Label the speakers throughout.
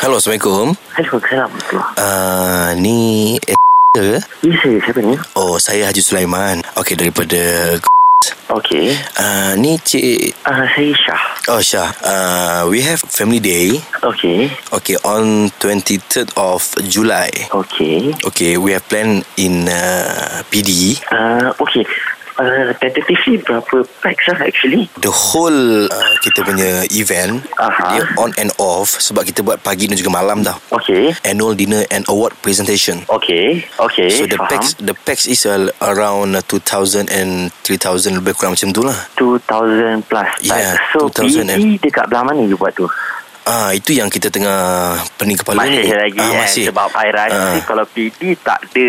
Speaker 1: Hello, Assalamualaikum.
Speaker 2: Assalamualaikum
Speaker 1: Uh, ni eh, ke?
Speaker 2: Ya saya siapa ni?
Speaker 1: Oh, saya Haji Sulaiman. Okey, daripada
Speaker 2: Okey
Speaker 1: uh, ni Cik
Speaker 2: uh, Saya Syah
Speaker 1: Oh Syah. Uh, we have family day.
Speaker 2: Okey
Speaker 1: Okay, on 23rd of July.
Speaker 2: Okey
Speaker 1: Okay, we have planned in uh, PD.
Speaker 2: uh, Okey uh, Tentatively berapa pax lah actually?
Speaker 1: The whole uh, kita punya event
Speaker 2: Aha.
Speaker 1: dia on and off sebab kita buat pagi dan juga malam dah.
Speaker 2: Okey
Speaker 1: Annual dinner and award presentation.
Speaker 2: Okey Okey
Speaker 1: So the
Speaker 2: Eh, faham
Speaker 1: packs the packs is uh, around uh, 2000 and 3000 lebih kurang macam tu lah.
Speaker 2: 2000 plus pax
Speaker 1: Yeah,
Speaker 2: So E
Speaker 1: 2000
Speaker 2: PG dekat belah mana you buat tu?
Speaker 1: Ah itu yang kita tengah pening kepala
Speaker 2: Masih
Speaker 1: ni.
Speaker 2: lagi
Speaker 1: ah,
Speaker 2: eh,
Speaker 1: masih.
Speaker 2: Sebab I
Speaker 1: Ah.
Speaker 2: rasa kalau PD tak ada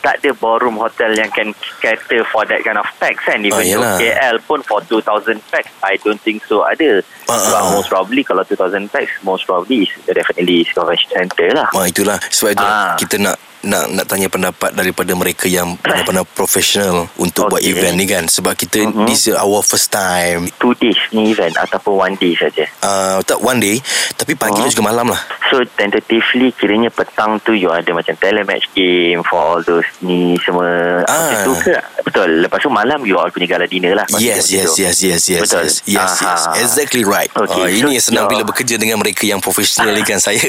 Speaker 2: Tak ada ballroom hotel yang can cater for that kind of pax kan Even
Speaker 1: Ah, yelah.
Speaker 2: though KL pun for 2,000 pax I don't think so ada
Speaker 1: Ah,
Speaker 2: Sebab
Speaker 1: ah.
Speaker 2: most probably kalau 2,000 pax Most probably is definitely is convention center lah
Speaker 1: Ah itulah sebab itu
Speaker 2: Ah.
Speaker 1: kita nak nak nak tanya pendapat daripada mereka yang benar-benar profesional untuk buat
Speaker 2: Okay.
Speaker 1: event ni kan sebab kita
Speaker 2: Mhm.
Speaker 1: this is our first time
Speaker 2: Two days ni event ataupun one day saja.
Speaker 1: uh, tak one day tapi pagi dan
Speaker 2: Oh.
Speaker 1: juga malam lah
Speaker 2: So tentatively kiranya petang tu you ada macam telematch game for all those ni semua
Speaker 1: Ah.
Speaker 2: macam tu ke? Betul. Lepas tu malam you all punya gala dinner lah. Maksudnya
Speaker 1: yes
Speaker 2: macam
Speaker 1: yes
Speaker 2: tu.
Speaker 1: yes yes yes
Speaker 2: Betul.
Speaker 1: yes yes, yes.
Speaker 2: Aha.
Speaker 1: exactly right
Speaker 2: Okay,
Speaker 1: Ah, ini
Speaker 2: so
Speaker 1: yang senang
Speaker 2: your-
Speaker 1: bila bekerja dengan mereka yang profesional ni kan saya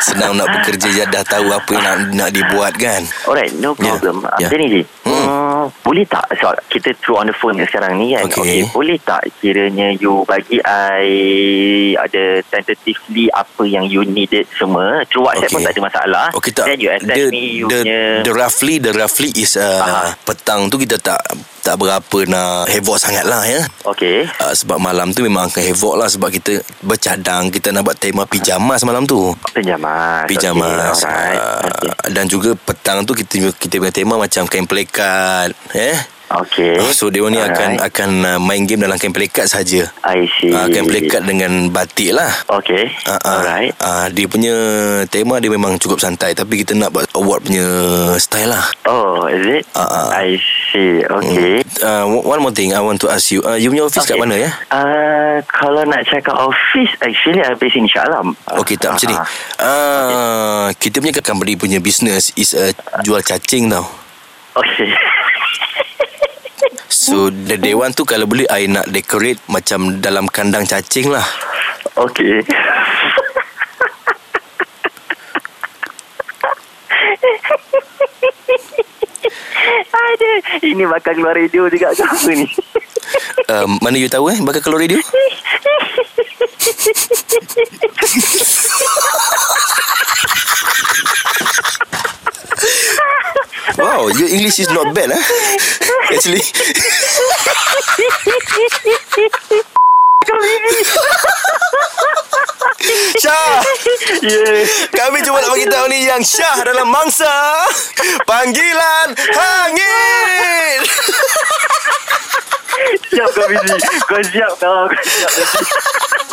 Speaker 1: senang nak bekerja ya dah tahu apa yang nak nak dibuat kan
Speaker 2: Alright, no
Speaker 1: Yeah.
Speaker 2: problem. Yeah.
Speaker 1: Yeah.
Speaker 2: Macam ni je.
Speaker 1: Hmm.
Speaker 2: Hmm. boleh tak, so, kita through on the phone sekarang ni kan.
Speaker 1: Okay.
Speaker 2: boleh tak kiranya you bagi I ada tentatively apa yang you needed semua. Through WhatsApp
Speaker 1: Okay.
Speaker 2: pun tak ada masalah.
Speaker 1: Okey tak
Speaker 2: Then you attach
Speaker 1: the,
Speaker 2: me you
Speaker 1: the,
Speaker 2: punya...
Speaker 1: the roughly The roughly is uh,
Speaker 2: Aha.
Speaker 1: Petang tu kita tak Tak berapa nak Havoc sangat lah ya
Speaker 2: Okay.
Speaker 1: uh, Sebab malam tu memang akan havoc lah Sebab kita bercadang Kita nak buat tema pijamas malam tu
Speaker 2: Pinjaman.
Speaker 1: Pijamas
Speaker 2: ah. Okay, alright.
Speaker 1: uh,
Speaker 2: Okay.
Speaker 1: Dan juga petang tu Kita kita punya tema macam Kain pelekat Eh
Speaker 2: Okay.
Speaker 1: Oh, so dia ni akan
Speaker 2: Alright. Eh.
Speaker 1: akan uh, main game dalam kain pelekat saja.
Speaker 2: I see.
Speaker 1: Uh, kain pelekat dengan batik lah.
Speaker 2: Okay.
Speaker 1: Uh, uh,
Speaker 2: Alright.
Speaker 1: Uh, dia punya tema dia memang cukup santai tapi kita nak buat award punya style lah.
Speaker 2: Oh, is it?
Speaker 1: Ah, ah.
Speaker 2: I see. Okay.
Speaker 1: Uh, one more thing I want to ask you. Uh, you punya office okay. kat mana ya?
Speaker 2: Uh, kalau nak cakap office, actually I based in Shah Alam.
Speaker 1: Okey tak macam ni.
Speaker 2: Ah,
Speaker 1: Uh, kita punya company punya business is uh, jual cacing tau.
Speaker 2: Okay.
Speaker 1: So
Speaker 2: Hmm.
Speaker 1: the day one tu kalau boleh I nak decorate macam dalam kandang cacing lah.
Speaker 2: Okay. Ada. Ini bakal keluar radio juga ke apa ni?
Speaker 1: Um, mana you tahu eh bakal keluar radio? Wow, your English is not bad eh. Actually. Syah,
Speaker 2: yeah.
Speaker 1: kami cuma nak bagi tahu ni yang Syah dalam mangsa panggilan hangit.
Speaker 2: Siap kau busy. Kau siap tau. Kau siap.